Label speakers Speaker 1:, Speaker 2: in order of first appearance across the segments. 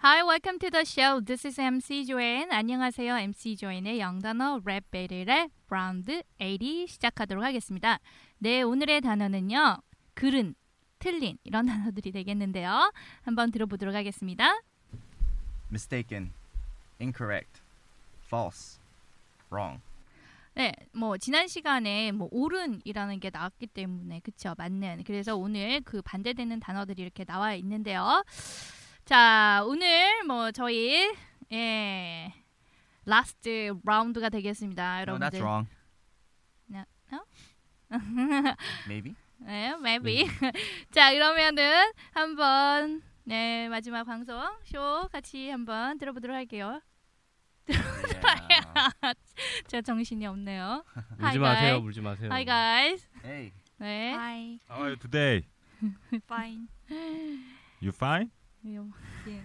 Speaker 1: Hi, welcome to the show. This is MC 조엔. 안녕하세요. MC 조엔의 영단어 랩 배틀의 라운드 80 시작하도록 하겠습니다. 네, 오늘의 단어는요. 글은, 틀린 이런 단어들이 되겠는데요. 한번 들어보도록 하겠습니다.
Speaker 2: mistaken, incorrect, false, wrong.
Speaker 1: 네, 뭐 지난 시간에 뭐 옳은이라는 게 나왔기 때문에 그쵸 맞는. 그래서 오늘 그 반대되는 단어들이 이렇게 나와 있는데요. 자, 오늘 뭐 저희 예 라스트 라운드가
Speaker 2: No,
Speaker 1: 되겠습니다, 여러분들.
Speaker 2: that's wrong.
Speaker 1: No, no? 어?
Speaker 2: Maybe.
Speaker 1: 네, maybe. 자, 그러면은 한번 네 마지막 방송 쇼 같이 한번 들어보도록 할게요.
Speaker 2: Yeah.
Speaker 1: 제가 정신이 없네요. Hi,
Speaker 3: 아. 울지 마세요.
Speaker 1: guys.
Speaker 3: 울지 마세요.
Speaker 1: Hi guys.
Speaker 2: hey,
Speaker 1: 네.
Speaker 4: Hi,
Speaker 5: How are you today?
Speaker 4: fine.
Speaker 5: You fine?
Speaker 1: 예.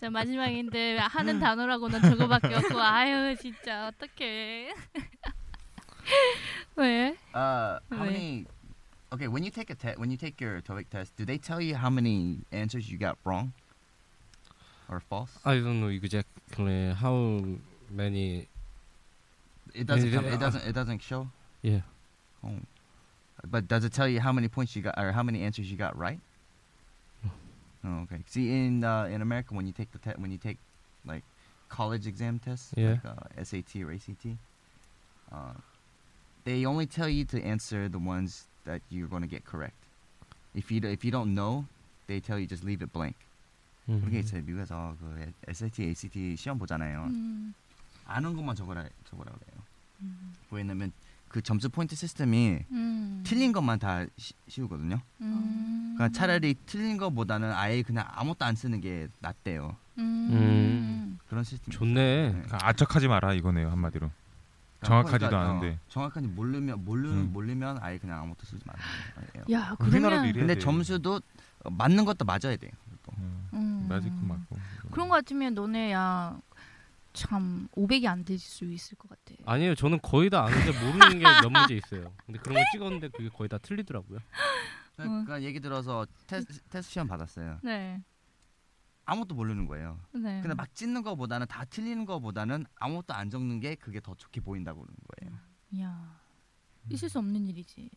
Speaker 1: 자 마지막인데 하는 단어라고는 저거밖에 없고 아유 진짜 어떡해 왜?
Speaker 2: uh, how
Speaker 1: Wait.
Speaker 2: many? Okay, when you take a te- when you take your TOEIC test, do they tell you how many answers you got wrong or false?
Speaker 3: I don't know exactly how many.
Speaker 2: it doesn't.
Speaker 3: yeah,
Speaker 2: Come,
Speaker 3: yeah.
Speaker 2: it doesn't. It doesn't show.
Speaker 3: Yeah.
Speaker 2: Oh. But does it tell you how many points you got or how many answers you got right? Oh, okay. See, in uh, in America, when you take the te- when you take like college exam tests,
Speaker 3: Yeah.
Speaker 2: like uh, SAT or ACT, uh, they only tell you to answer the ones that you're going to get correct. If you d- if you don't know, they tell you just leave it blank.
Speaker 3: 음.
Speaker 2: 그게
Speaker 3: Mm-hmm.
Speaker 2: 있어요. 미국에서 그 SAT, ACT 시험 보잖아요.
Speaker 1: 음,
Speaker 2: 아는 것만 적어라 적으라고 해요. 왜냐면 그 점수 포인트 시스템이
Speaker 1: 음,
Speaker 2: 틀린 것만 다 시- 씌우거든요.
Speaker 1: 음,
Speaker 2: 그러니까 차라리 틀린 것보다는 아예 그냥 아무것도 안 쓰는 게 낫대요.
Speaker 1: 음,
Speaker 3: 음.
Speaker 2: 그런 시스템.
Speaker 3: 좋네.
Speaker 5: 그러니까 아척하지 마라 이거네요 한마디로. 정확하지도 않은데.
Speaker 2: 그러니까 어, 정확한지 모르면 모르면
Speaker 5: 음.
Speaker 2: 모르면 아예 그냥 아무것도 쓰지 마세요.
Speaker 1: 야
Speaker 5: 우리나라도
Speaker 1: 그러면
Speaker 5: 이래야
Speaker 2: 근데
Speaker 5: 돼.
Speaker 2: 점수도 어, 맞는 것도 맞아야 돼요.
Speaker 5: 음,
Speaker 1: 음.
Speaker 5: 맞을끔 맞고.
Speaker 1: 그런 거 같으면 너네 야참 500이 안 될 수 있을 것 같아
Speaker 3: 아니에요. 저는 거의 다 아는데 모르는 게 몇 문제 있어요. 근데 그런 거 찍었는데 그게 거의 다 틀리더라고요.
Speaker 2: 그러니까
Speaker 1: 음.
Speaker 2: 얘기 들어서 테스, 테스트 시험 받았어요.
Speaker 1: 네,
Speaker 2: 아무것도 모르는 거예요.
Speaker 1: 네.
Speaker 2: 근데 막 찍는 거보다는 다 틀리는 거보다는 아무것도 안 적는 게 그게 더 좋게 보인다고 그러는 거예요.
Speaker 1: 야 있을 수 없는 일이지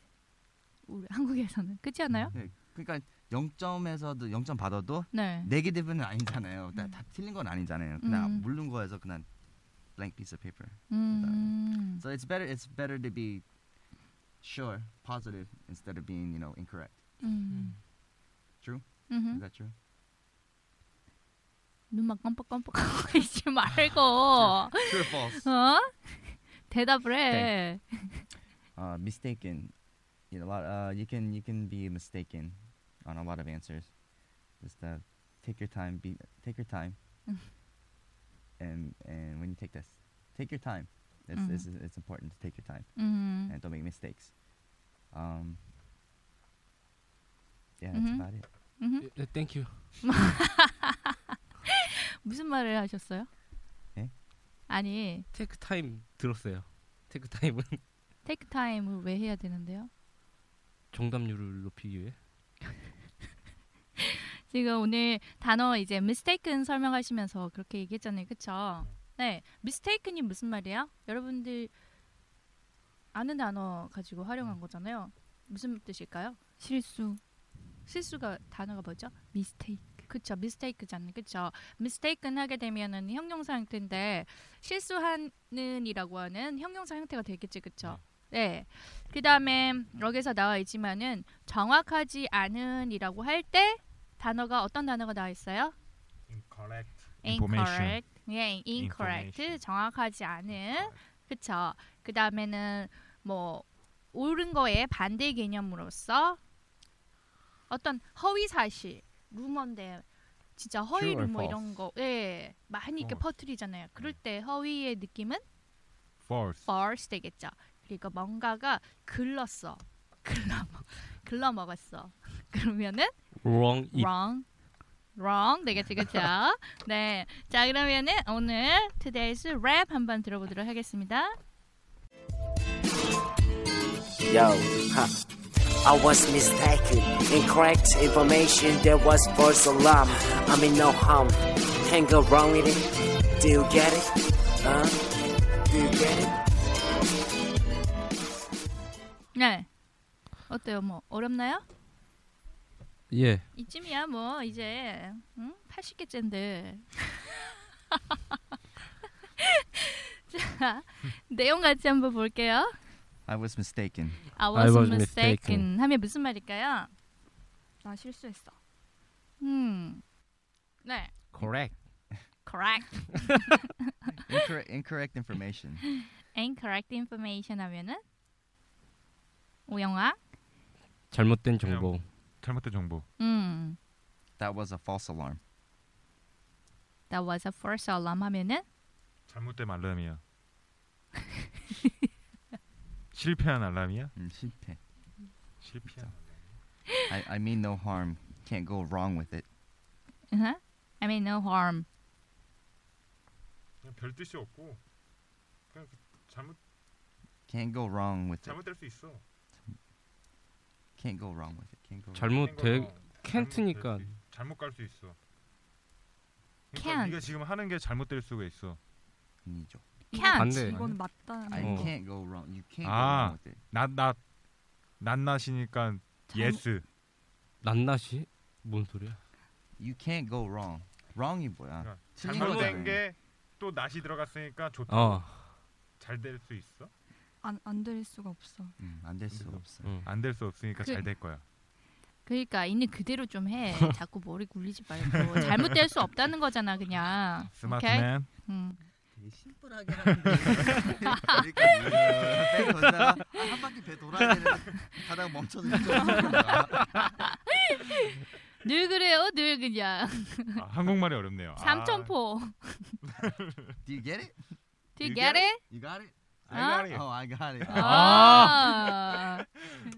Speaker 1: 우리 한국에서는 그렇지 않아요?
Speaker 2: 그러니까 0점에서도 0점 받아도
Speaker 1: 네
Speaker 2: 네게티브는 아니잖아요. 다,
Speaker 1: 음.
Speaker 2: 다 틀린 건 아니잖아요. 그냥
Speaker 1: 음.
Speaker 2: 모르는 거에서 그냥 blank piece of paper.
Speaker 1: 음.
Speaker 2: So it's better it's better to be sure, positive instead of being, you know, incorrect.
Speaker 1: 음.
Speaker 2: True? Is
Speaker 1: 음흠.
Speaker 2: that true?
Speaker 1: 눈만 깜빡깜빡하고 있지 말고 어?
Speaker 2: True or false?
Speaker 1: 대답을 해.
Speaker 2: Uh, mistaken. You know, a lot. Uh, you can you can be mistaken on a lot of answers. Just uh, take your time. Be take your time. and and when you take this, take your time. It's
Speaker 1: Mhm.
Speaker 2: it's, it's important to take your time.
Speaker 1: 음.
Speaker 2: and don't make mistakes. Um, yeah,
Speaker 1: Mhm.
Speaker 2: that's about it.
Speaker 1: 음흠.
Speaker 3: 네, Thank you.
Speaker 1: 무슨 말을 하셨어요?
Speaker 2: 예?
Speaker 1: 아니
Speaker 3: Take time 들었어요. Take time은
Speaker 1: 테이크 타임을 왜 해야 되는데요?
Speaker 3: 정답률을 높이기 위해.
Speaker 1: 지금 오늘 단어 이제 mistaken 설명하시면서 그렇게 네. 얘기했잖아요, 그쵸? 네, mistaken이 무슨 말이에요? 여러분들 아는 단어 가지고 활용한 거잖아요. 무슨 뜻일까요? 음. 실수. 실수가 단어가 뭐죠? 미스테이크. 그쵸, 미스테이크잖아요. 그쵸. 미스테이크는 하게 되면은 형용사 형태인데 실수하는이라고 하는 형용사 형태가 되겠지, 그쵸? 네. 그 다음에 여기서 나와 있지만은 정확하지 않은이라고 할 때 단어가 어떤 단어가 나와 있어요?
Speaker 4: Incorrect.
Speaker 5: Information.
Speaker 1: incorrect, 예, incorrect,
Speaker 4: Information.
Speaker 1: 정확하지 않은, 그쵸? 그 다음에는 뭐 옳은 거에 반대 개념으로서 어떤 허위 사실, 루머인데 진짜 허위
Speaker 4: True or
Speaker 1: 루머
Speaker 4: false? Oh. 음.
Speaker 1: 이런 거, 예, 많이 이렇게 퍼뜨리잖아요. 그럴 때 허위의 느낌은
Speaker 5: false.
Speaker 1: false 되겠죠. 그리고 뭔가가 글렀어, 글러먹, 글러먹었어. 그러면은
Speaker 3: wrong it.
Speaker 1: wrong. wrong 되겠지 그쵸? 네. 자 그러면은 오늘 today's rap 한번 들어보도록 하겠습니다.
Speaker 6: Yo, huh. I was mistaken. Incorrect information, there was false alarm. I mean, no harm. Can't go wrong with it. Do you get it? Huh? Do you get it?
Speaker 1: 네. 어때요? 뭐 어렵나요?
Speaker 3: 예.
Speaker 1: 이쯤이야 뭐 이제 응? 80개째인데. 자 내용 같이 한번 볼게요.
Speaker 2: I was mistaken.
Speaker 1: I was,
Speaker 3: I was
Speaker 1: mistaken.
Speaker 3: mistaken.
Speaker 1: 하면 무슨 말일까요? 나 실수했어. 음. 네.
Speaker 3: correct.
Speaker 1: correct.
Speaker 2: Incorrect, incorrect information.
Speaker 1: incorrect information 하면은 오영아.
Speaker 3: 잘못된 정보.
Speaker 5: 잘못된 정보.
Speaker 1: 음.
Speaker 2: That was a false alarm.
Speaker 1: That was a false alarm 하면은
Speaker 5: 잘못된 알람이야. 실패한 알람이야?
Speaker 2: 음, 실패.
Speaker 5: 실패한.
Speaker 2: I, I mean no harm. Can't go wrong with it.
Speaker 1: uh-huh. I mean no harm.
Speaker 4: 그냥 별 뜻이 없고 그냥 잘못
Speaker 2: Can't go wrong with it.
Speaker 4: 잘못될 수 있어.
Speaker 2: Can't go wrong with it. Can't go wrong.
Speaker 3: 잘못된
Speaker 4: 캔트니까
Speaker 3: can't니까
Speaker 4: 잘못 갈 어, 수 있어.
Speaker 1: Can't.
Speaker 4: 그러니까 네가 지금 하는 게 잘못될 수가 있어.
Speaker 2: 아니죠.
Speaker 1: Can't.
Speaker 3: 반대.
Speaker 7: 이건 맞다.
Speaker 2: I
Speaker 3: 어.
Speaker 2: can't go wrong. You can't
Speaker 5: 아.
Speaker 2: go wrong with it.
Speaker 5: 낱낱 낱낱이니까 yes.
Speaker 3: 낱낱이 뭔 소리야?
Speaker 2: You can't go wrong. wrong이 Ah, 뭐야?
Speaker 4: 그러니까
Speaker 2: 틀린
Speaker 4: 잘못된
Speaker 2: 거잖아요.
Speaker 4: 게 또 낫이 들어갔으니까 좋다.
Speaker 3: 어.
Speaker 4: 잘될 수 있어?
Speaker 7: 안안 될 수가 없어.
Speaker 2: 음, 안될 수가 없어.
Speaker 3: 음.
Speaker 5: 안 될 수 없으니까
Speaker 1: 그-
Speaker 5: 잘 될 거야.
Speaker 1: 그러니까 있는 그대로 좀 해. 자꾸 머리 굴리지 말고 잘못될 수 없다는 거잖아 그냥. 오케이?
Speaker 5: 스마트맨.
Speaker 1: 음.
Speaker 2: 되게 심플하게 하는데 이렇게 배 돌다가 아, 한 바퀴 배 돌아야 되는데 가다가 멈춰서 이렇게
Speaker 1: 늘 그래요 늘 그냥.
Speaker 5: 아, 한국말이 어렵네요. 아,
Speaker 1: 삼천포.
Speaker 2: Do you get it?
Speaker 1: Do you get it?
Speaker 2: You got it?
Speaker 1: 아?
Speaker 4: 아?
Speaker 2: Oh, I got it.
Speaker 1: 아.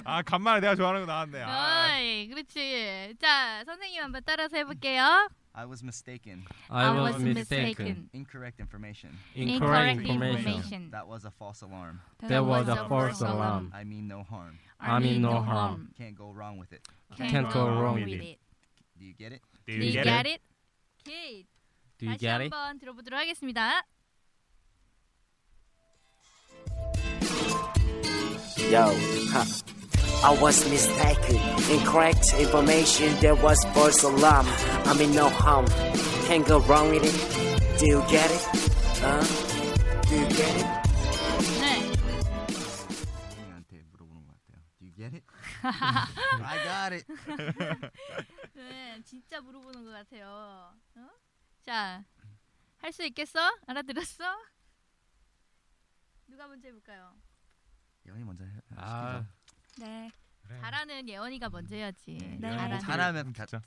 Speaker 5: 아 간만에 내가 좋아하는 거 나왔네. 아.
Speaker 1: 어이, 그렇지. 자 선생님 한번 따라서 해볼게요.
Speaker 2: I was mistaken.
Speaker 3: I was mistaken.
Speaker 2: Incorrect information.
Speaker 3: Incorrect
Speaker 1: information.
Speaker 3: information.
Speaker 2: That was a false alarm.
Speaker 3: There was a false alarm.
Speaker 2: I mean no harm.
Speaker 3: I mean no harm.
Speaker 2: Can't go wrong with it.
Speaker 3: Can't go wrong with
Speaker 1: it.
Speaker 2: Do you get it?
Speaker 1: Do you get it? 오케이.
Speaker 3: Do you
Speaker 1: 다시
Speaker 3: get it?
Speaker 1: 한번 들어보도록 하겠습니다.
Speaker 6: Yo, huh. I was mistaken. Incorrect information, there was false alarm. I mean, no harm. Can't go wrong with it. Do you get it? Huh? Do you get it?
Speaker 1: 네.
Speaker 2: 선생님한테 물어보는 것 같아요. Do you get it? I got it.
Speaker 1: 네, 진짜 물어보는 것 같아요. 어? 자, 할 수 있겠어? 알아들었어? 누가 먼저 해볼까요?
Speaker 2: 영이 먼저 해.
Speaker 3: 아,
Speaker 1: 네.
Speaker 4: 그래.
Speaker 1: 잘하는 예원이가 먼저 해야지.
Speaker 5: 아,
Speaker 7: 네.
Speaker 1: 잘하는.
Speaker 2: 잘하면 가-
Speaker 5: 진짜.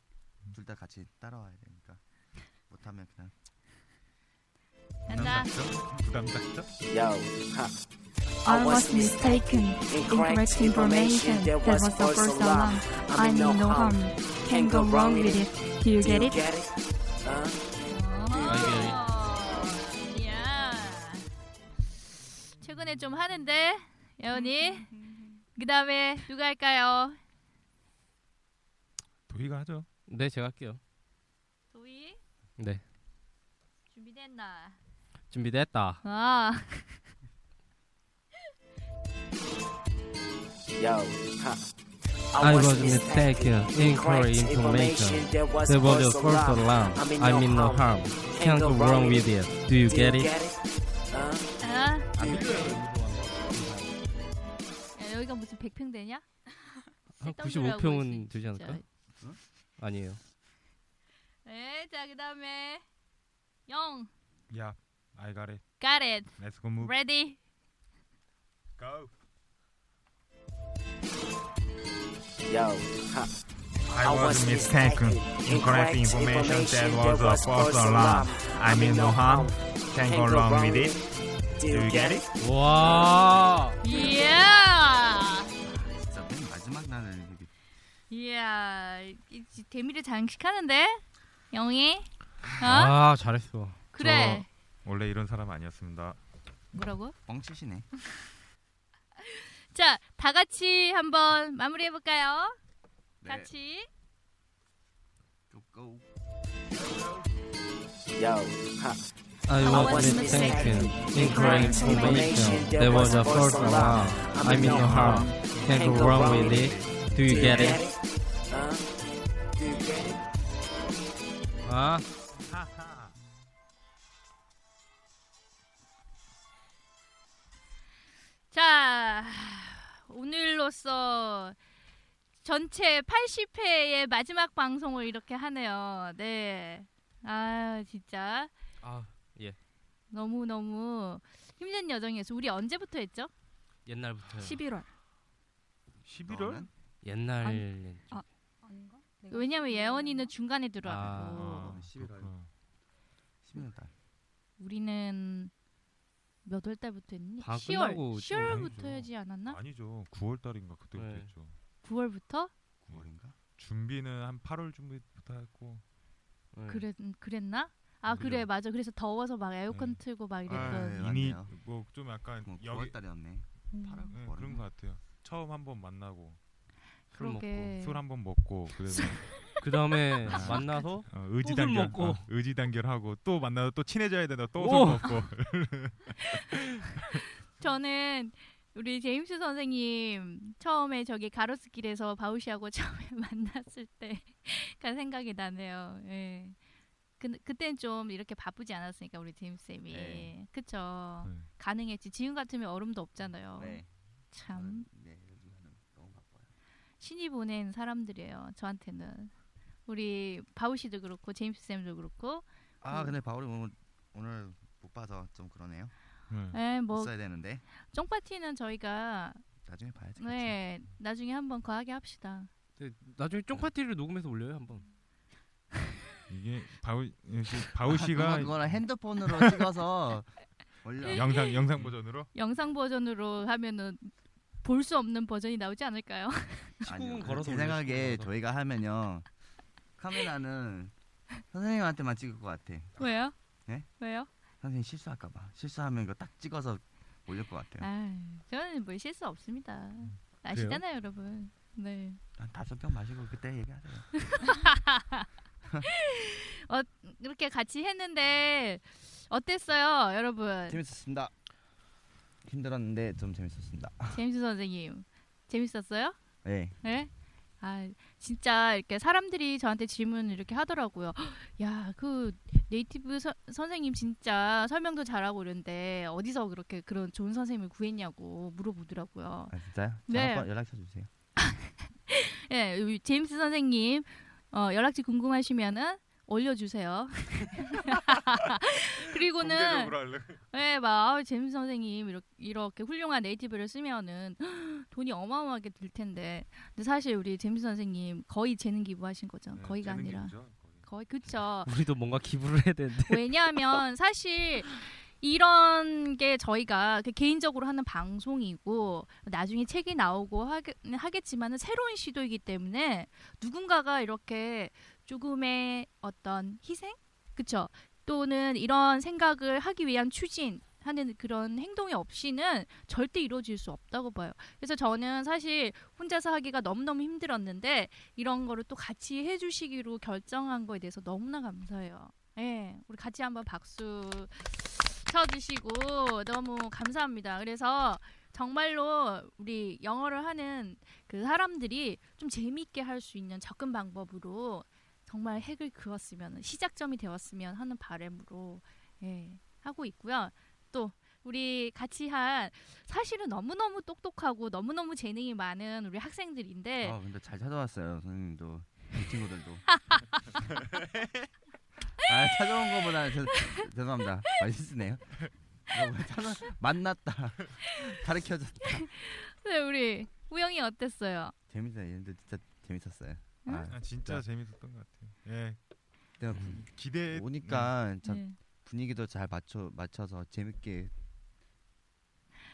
Speaker 2: 둘다 같이 따라와야 되니까. 못하면 그냥
Speaker 1: 간다.
Speaker 5: 부담 작죠?
Speaker 6: Yo, huh.
Speaker 7: I was mistaken. Incorrect information. That was the first alarm. I mean no harm. Can't go wrong with it. Do you
Speaker 6: Do
Speaker 7: get
Speaker 6: you
Speaker 7: it?
Speaker 6: get it? Huh?
Speaker 1: 오, 이야. 최근에 좀 하는데 예원이. 그 다음에 누가 할까요?
Speaker 5: 도희가 하죠.
Speaker 3: 네 제가 할게요.
Speaker 1: 도희
Speaker 3: 네
Speaker 1: 준비됐나?
Speaker 3: 준비됐다.
Speaker 1: 아.
Speaker 6: Yo, huh.
Speaker 3: I was mistaken. Incorrect information. There was a false alarm. I mean no harm. Can't go wrong with it. Do you get it?
Speaker 6: Huh?
Speaker 1: 아,
Speaker 4: 안 밀려요.
Speaker 1: 야, 여기가 무슨 100평 되냐?
Speaker 3: 한
Speaker 1: 쓸데없는 소리 하고
Speaker 3: 95평은
Speaker 1: 있어,
Speaker 3: 되지 않을까?
Speaker 1: 진짜.
Speaker 3: 아니에요.
Speaker 1: 네, 자 그다음에 영,
Speaker 4: 야, I got it.
Speaker 1: got it,
Speaker 4: Let's go move.
Speaker 1: ready.
Speaker 4: Go.
Speaker 6: Yo, huh.
Speaker 5: I was mistaken. Incorrect information. There was a false alarm. I mean no harm. Can't go wrong with it.
Speaker 6: Do you get it?
Speaker 3: 와.
Speaker 1: 이야,
Speaker 2: 진짜 맨 마지막 나는 이게
Speaker 1: 이야, 이- 이 대미를 장식하는데 영이, 어?
Speaker 3: 아 잘했어.
Speaker 1: 그래.
Speaker 4: 원래 이런 사람 아니었습니다.
Speaker 1: 뭐라고?
Speaker 2: 뻥치시네.
Speaker 1: 자, 다 같이 한번 마무리해 볼까요?
Speaker 2: 네.
Speaker 1: 같이.
Speaker 2: Go, go.
Speaker 6: Yo, huh.
Speaker 3: I was mistaken. Incorrect information. There was a false alarm. I mean no harm. Can't go wrong with it. Do you get it?
Speaker 6: Huh? Do you get it?
Speaker 3: 아
Speaker 1: 자, 오늘로써 전체 80회의 마지막 방송을 이렇게 하네요. 네. 아, 진짜
Speaker 3: 아, 예.
Speaker 1: 너무너무 힘든 여정이었어요. 우리 언제부터 했죠?
Speaker 3: 옛날부터
Speaker 7: 11월
Speaker 4: 11월?
Speaker 3: 옛날
Speaker 1: 아니,
Speaker 3: 아,
Speaker 7: 아닌가?
Speaker 1: 네. 왜냐면 예언이는 중간에 들어왔고
Speaker 3: 아,
Speaker 2: 11월. 11월 달.
Speaker 1: 우리는 몇 월 달부터 했니?
Speaker 3: 방학
Speaker 1: 10월.
Speaker 3: 끝나고
Speaker 1: 10월부터
Speaker 4: 아니죠.
Speaker 1: 하지 않았나?
Speaker 4: 아니죠. 9월 달인가 그때부터
Speaker 3: 네.
Speaker 4: 했죠.
Speaker 1: 9월부터?
Speaker 2: 9월인가?
Speaker 4: 준비는 한 8월 준비부터 했고.
Speaker 3: 네.
Speaker 1: 그랬 그랬나? 아
Speaker 4: 그죠.
Speaker 1: 그래 맞아. 그래서 더워서 막 에어컨
Speaker 4: 네.
Speaker 1: 틀고 막
Speaker 4: 아,
Speaker 1: 이랬던.
Speaker 2: 네,
Speaker 4: 이미
Speaker 2: 맞네요.
Speaker 4: 뭐 좀 약간
Speaker 2: 뭐
Speaker 4: 여기
Speaker 2: 9월 달이었네.
Speaker 1: 음,
Speaker 2: 팔월?
Speaker 4: 네,
Speaker 2: 월은?
Speaker 4: 그런 것 같아요. 처음 한번 만나고
Speaker 3: 술 먹고.
Speaker 1: 그러게.
Speaker 4: 술 한번 먹고 그래서
Speaker 3: 그 다음에
Speaker 4: 아.
Speaker 3: 만나서
Speaker 4: 어, 의지
Speaker 3: 또술
Speaker 4: 단결
Speaker 3: 먹고.
Speaker 4: 어, 의지 단결하고 또 만나서 또 친해져야 된다. 또 술
Speaker 3: 오!
Speaker 4: 먹고.
Speaker 1: 저는 우리 제임스 선생님 처음에 저기 가로수길에서 바우시하고 처음에 만났을 때가 생각이 나네요. 예. 그 그땐 좀 이렇게 바쁘지 않았으니까 우리 제임스 쌤이
Speaker 2: 네.
Speaker 1: 그쵸
Speaker 4: 네.
Speaker 1: 가능했지 지금 같으면 얼음도 없잖아요.
Speaker 2: 네.
Speaker 1: 참
Speaker 2: 네, 요즘에는 너무 바빠요.
Speaker 1: 신이 보낸 사람들이에요. 저한테는 우리 바우 씨도 그렇고 제임스 쌤도 그렇고
Speaker 2: 아, 근데 바울이 오늘 오늘 못 봐서 좀 그러네요. 음.
Speaker 4: 네.
Speaker 1: 예, 에뭐
Speaker 2: 있어야 되는데
Speaker 1: 쫑파티는 저희가
Speaker 2: 나중에 봐야지.
Speaker 1: 네 나중에 한번 거하게 합시다.
Speaker 3: 나중에 쫑 파티를 녹음해서 올려요 한번.
Speaker 4: 이게 바우 바우
Speaker 2: 아, 그거
Speaker 4: 씨가
Speaker 2: 그거랑 핸드폰으로 찍어서 올려.
Speaker 1: 네.
Speaker 4: 영상 영상 버전으로
Speaker 1: 영상 버전으로 하면은 볼 수 없는 버전이 나오지 않을까요?
Speaker 2: 아니요.
Speaker 3: 시국은 걸어서
Speaker 2: 제
Speaker 3: 올려,
Speaker 2: 생각에
Speaker 3: 시국은 걸어서.
Speaker 2: 저희가 하면요 카메라는 선생님한테만 찍을 것 같아.
Speaker 1: 왜요?
Speaker 2: 네?
Speaker 1: 왜요?
Speaker 2: 선생님 실수할까봐 실수하면 이거 딱 찍어서 올릴 것 같아요.
Speaker 1: 아, 저는 뭐 실수 없습니다.
Speaker 2: 음,
Speaker 1: 아시잖아요, 여러분. 네.
Speaker 2: 한 다섯 병 마시고 그때 얘기하세요.
Speaker 1: 이렇게 같이 했는데 어땠어요, 여러분?
Speaker 2: 재밌었습니다. 힘들었는데 좀 재밌었습니다. 아,
Speaker 1: 제임스 선생님. 재밌었어요?
Speaker 2: 네.
Speaker 1: 네? 아, 진짜 이렇게 사람들이 저한테 질문을 이렇게 하더라고요. 야, 그 네이티브 서- 선생님 진짜 설명도 잘하고 그런데 어디서 그렇게 그런 좋은 선생님을 구했냐고 물어보더라고요.
Speaker 2: 아 진짜요?
Speaker 1: 네.
Speaker 2: 한번 연락처 주세요.
Speaker 1: 예, 우리 제임스 선생님 어, 연락처 궁금하시면은 올려주세요. 그리고는
Speaker 4: 공개적으로 할래.
Speaker 1: 예, 막 아우, 제임스 선생님 이렇게, 이렇게 훌륭한 네이티브를 쓰면은 돈이 어마어마하게 들 텐데, 근데 사실 우리 제임스 선생님 거의 재능 기부하신 거죠.
Speaker 2: 네,
Speaker 1: 거의가
Speaker 4: 네,
Speaker 1: 아니라
Speaker 4: 재능 기부죠, 거의.
Speaker 1: 거의 그쵸.
Speaker 3: 우리도 뭔가 기부를 해야 되는데.
Speaker 1: 왜냐하면 사실 이런 게 저희가 그 개인적으로 하는 방송이고 나중에 책이 나오고 하겠, 하겠지만은 새로운 시도이기 때문에 누군가가 이렇게 조금의 어떤 희생, 그쵸? 또는 이런 생각을 하기 위한 추진. 하는 그런 행동이 없이는 절대 이루어질 수 없다고 봐요. 그래서 저는 사실 혼자서 하기가 너무너무 힘들었는데 이런 거를 또 같이 해주시기로 결정한 거에 대해서 너무나 감사해요. 예, 우리 같이 한번 박수 쳐주시고 너무 감사합니다. 그래서 정말로 우리 영어를 하는 그 사람들이 좀 재미있게 할 수 있는 접근 방법으로 정말 핵을 그었으면 시작점이 되었으면 하는 바람으로 예, 하고 있고요. 또 우리 같이 한 사실은 너무너무 똑똑하고 너무너무 재능이 많은 우리 학생들인데
Speaker 2: 아 근데 잘 찾아왔어요 선생님도 이 친구들도. 아 찾아온 거보다 저, 죄송합니다 맛있으네요. 어, 찾아, 만났다 가르쳐줬다
Speaker 1: 네, 우리 우영이 어땠어요?
Speaker 2: 재밌다 얘네들 진짜 재밌었어요. 아,
Speaker 1: 음.
Speaker 4: 아, 진짜 재밌었던 것 같아요. 예,
Speaker 2: 내가
Speaker 4: 기대
Speaker 2: 오니까 참
Speaker 1: 네.
Speaker 2: 분위기도 잘 맞춰 맞춰서 재밌게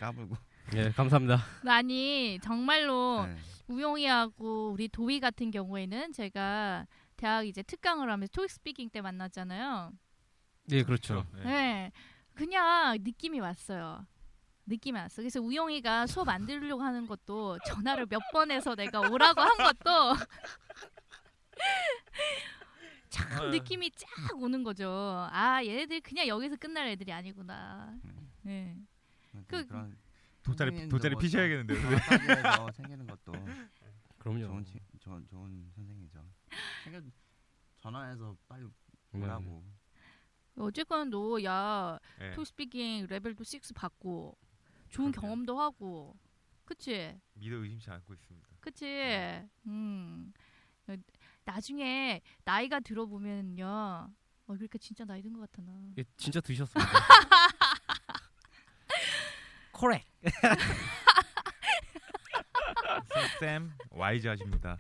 Speaker 2: 까불고.
Speaker 3: 예, 감사합니다.
Speaker 1: 아니 정말로
Speaker 2: 네.
Speaker 1: 우영이하고 우리 도희 같은 경우에는 제가 대학 이제 특강을 하면서 토익 스피킹 때 만났잖아요.
Speaker 3: 예, 그렇죠.
Speaker 1: 네. 그냥 느낌이 왔어요. 느낌이 왔어. 그래서 우영이가 수업 안 들으려고 하는 것도 전화를 몇 번 해서 내가 오라고 한 것도 참 느낌이 쫙 오는 거죠. 아 얘네들 그냥 여기서 끝날 애들이 아니구나. 네. 그-
Speaker 2: 그런 뭐
Speaker 4: 돗자리 돗자리 피셔야겠는데요.
Speaker 2: 서 생기는 것도
Speaker 3: 그럼요.
Speaker 2: 좋은 치, 좋은 좋은 선생이죠. 생겨 전화해서 빨리
Speaker 3: 네.
Speaker 2: 오라고.
Speaker 4: 음,
Speaker 1: 어쨌건 너야
Speaker 4: 예.
Speaker 1: 토스피킹 레벨도 6 받고 좋은
Speaker 4: 그럼요.
Speaker 1: 경험도 하고 그치
Speaker 4: 믿어 의심치 않고 있습니다.
Speaker 1: 그치
Speaker 4: 네.
Speaker 1: 음 어, 나중에 나이가 들어보면요 어 그러니까 진짜 나이 든 것 같아 나
Speaker 3: 예, 진짜 드셨습니다. 코렉.
Speaker 4: 쌤 와이즈하십니다.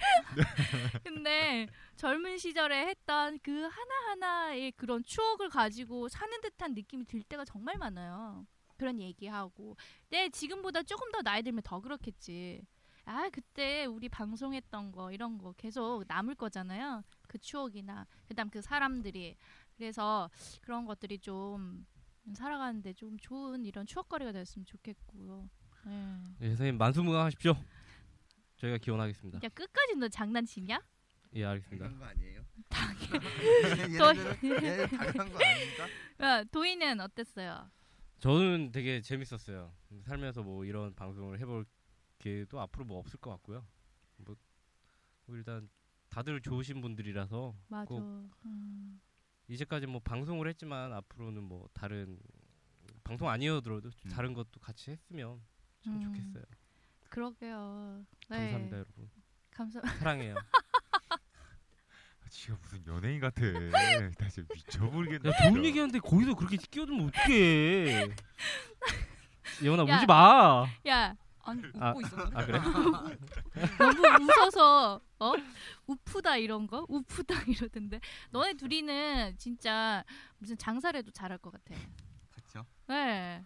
Speaker 1: 근데 젊은 시절에 했던 그 하나하나의 그런 추억을 가지고 사는 듯한 느낌이 들 때가 정말 많아요. 그런 얘기하고. 네, 지금보다 조금 더 나이 들면 더 그렇겠지. 아, 그때 우리 방송했던 거 이런 거 계속 남을 거잖아요. 그 추억이나 그다음 그 사람들이. 그래서 그런 것들이 좀 살아가는데 좀 좋은 이런 추억거리가 됐으면 좋겠고요. 예.
Speaker 3: 예, 선생님 만수무강하십시오. 저희가 기원하겠습니다.
Speaker 1: 야, 끝까지 너 장난치냐?
Speaker 3: 예, 알겠습니다.
Speaker 2: 거 아니에요?
Speaker 1: 당연히.
Speaker 2: 얘네들은 얘네 당연한 거 아닙니까?
Speaker 1: 야, 어, 도희는 어땠어요?
Speaker 3: 저는 되게 재밌었어요. 살면서 뭐 이런 방송을 해볼 기회도 앞으로 뭐 없을 것 같고요. 뭐, 뭐 일단 다들 좋으신 분들이라서
Speaker 1: 맞아.
Speaker 3: 꼭
Speaker 1: 음.
Speaker 3: 이제까지 뭐 방송을 했지만 앞으로는 뭐 다른 방송 아니어도
Speaker 2: 음.
Speaker 3: 다른 것도 같이 했으면 참
Speaker 1: 음.
Speaker 3: 좋겠어요.
Speaker 1: 그러게요. 네.
Speaker 3: 감사합니다, 여러분.
Speaker 1: 감사.
Speaker 3: 사랑해요.
Speaker 4: 아, 지가 무슨 연예인 같아. 나 진짜 미쳐버리겠네.
Speaker 3: 야,
Speaker 4: 진짜.
Speaker 3: 좋은 얘기하는데 거기서 그렇게 끼어들면 어떡해. 예원아
Speaker 1: 야.
Speaker 3: 울지 마.
Speaker 1: 야,
Speaker 7: 아니 웃고
Speaker 3: 아,
Speaker 7: 있었는데
Speaker 3: 아 그래?
Speaker 1: 너무 웃어서 어? 우프다 이런 거? 우프다 이러던데. 너네 둘이는 진짜 무슨 장사를 해도 잘할 것 같아.
Speaker 2: 그렇죠.
Speaker 1: 네.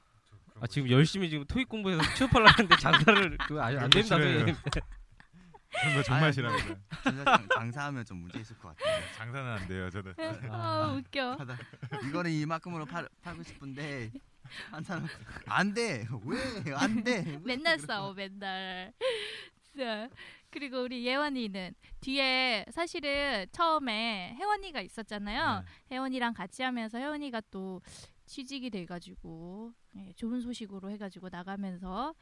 Speaker 3: 아 지금 열심히 지금 토익 공부해서 취업하려는데 장사를 그거 아니, 안 됩니다.
Speaker 4: 그런 거
Speaker 3: 선생님.
Speaker 4: 그런 거 정말
Speaker 2: 아니,
Speaker 4: 싫어합니다.
Speaker 2: 진짜 장- 장사하면 좀 문제 있을 것 같아요.
Speaker 4: 장사는 안 돼요 저는.
Speaker 1: 아, 웃겨.
Speaker 2: 하다 이거는 이만큼으로 팔, 팔고 싶은데 한 사람 안돼 왜 안돼
Speaker 1: 맨날 싸워, 맨날. 자, 그리고 우리 예원이는 뒤에 사실은 처음에 혜원이가
Speaker 4: 네.
Speaker 1: 있었잖아요. 혜원이랑 같이 하면서 혜원이가 또 취직이 돼가지고 예, 좋은 소식으로 해가지고 나가면서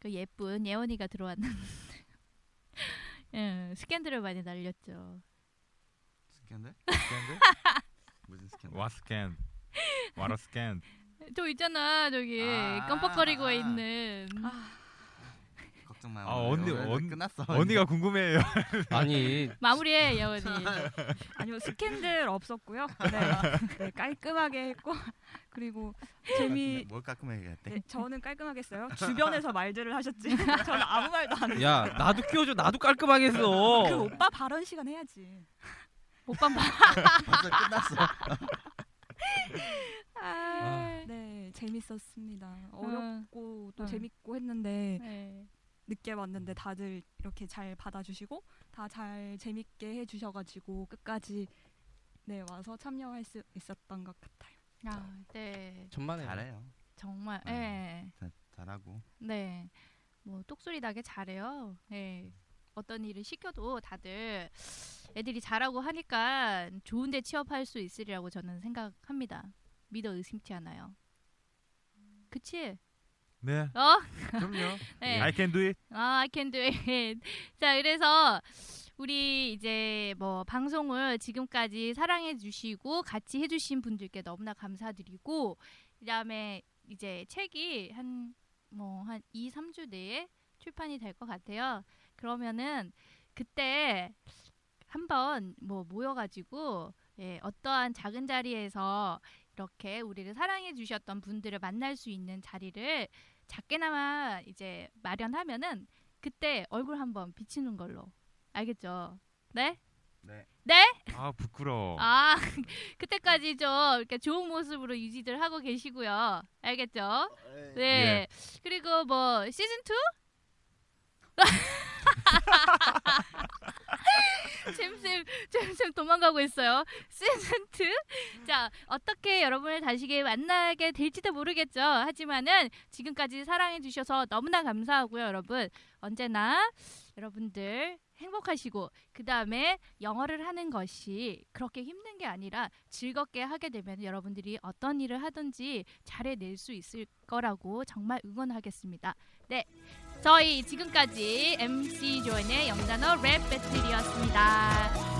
Speaker 1: 그 예쁜 예원이가 들어왔는데 예, 스캔들을 많이 날렸죠.
Speaker 2: 스캔들
Speaker 4: 스캔들?
Speaker 2: 무슨 스캔들
Speaker 4: 와 스캔. 와라 스캔.
Speaker 1: 저 있잖아 저기
Speaker 2: 아,
Speaker 1: 깜빡거리고
Speaker 2: 아.
Speaker 1: 있는
Speaker 2: 걱정 마요
Speaker 4: 아,
Speaker 2: 오늘
Speaker 4: 언니,
Speaker 2: 오늘
Speaker 4: 언-
Speaker 2: 끝났어
Speaker 4: 언니가 궁금해요.
Speaker 3: 아니
Speaker 1: 마무리해 예원이.
Speaker 7: 아니요 스캔들 없었고요. 네, 네, 깔끔하게 했고 그리고 재미
Speaker 2: 뭘 깎으면
Speaker 7: 네, 저는 깔끔하게 했어요. 주변에서 말들을 하셨지. 저는 아무 말도 안 했어요.
Speaker 3: 야 나도 끼워줘 나도 깔끔하게
Speaker 7: 그
Speaker 3: 했어.
Speaker 7: 오빠 발언 시간 해야지.
Speaker 1: 오빠 봐.
Speaker 2: 벌써 끝났어
Speaker 1: 아.
Speaker 7: 네 재밌었습니다.
Speaker 1: 어,
Speaker 7: 어렵고 또
Speaker 1: 어.
Speaker 7: 재밌고 했는데
Speaker 1: 네.
Speaker 7: 늦게 왔는데 다들 이렇게 잘 받아주시고 다 잘 재밌게 해주셔가지고 끝까지 네 와서 참여할 수 있었던 것 같아요.
Speaker 1: 아, 네.
Speaker 3: 천만에
Speaker 2: 잘해요
Speaker 1: 정말.
Speaker 2: 음.
Speaker 1: 예.
Speaker 2: 자, 잘하고
Speaker 1: 네. 뭐 똑소리 나게 잘해요. 네. 어떤 일을 시켜도 다들 애들이 잘하고 하니까 좋은 데 취업할 수 있으리라고 저는 생각합니다. 믿어 의심치 않아요. 그치?
Speaker 4: 네.
Speaker 1: 어?
Speaker 4: 그럼요.
Speaker 1: 네.
Speaker 4: I can do it.
Speaker 1: 아, I can do it. 자, 그래서 우리 이제 뭐 방송을 지금까지 사랑해 주시고 같이 해 주신 분들께 너무나 감사드리고 그다음에 이제 책이 한 뭐 한 2, 3주 내에 출판이 될 것 같아요. 그러면은 그때 한번 뭐 모여 가지고 예, 어떠한 작은 자리에서 이렇게 우리를 사랑해 주셨던 분들을 만날 수 있는 자리를 작게나마 이제 마련하면은 그때 얼굴 한번 비치는 걸로 알겠죠? 네?
Speaker 2: 네.
Speaker 1: 네?
Speaker 4: 아 부끄러워.
Speaker 1: 아 그때까지 좀 이렇게 좋은 모습으로 유지들 하고 계시고요. 알겠죠? 네. 그리고 뭐 시즌 2? 잼쌤, 잼쌤 도망가고 있어요. 시즌 2? 자, 어떻게 여러분을 다시게 만나게 될지도 모르겠죠. 하지만은 지금까지 사랑해 주셔서 너무나 감사하고요, 여러분. 언제나 여러분들 행복하시고 그다음에 영어를 하는 것이 그렇게 힘든 게 아니라 즐겁게 하게 되면 여러분들이 어떤 일을 하든지 잘해낼 수 있을 거라고 정말 응원하겠습니다. 네. 저희 지금까지 MC 조연의 영단어 랩 배틀이었습니다.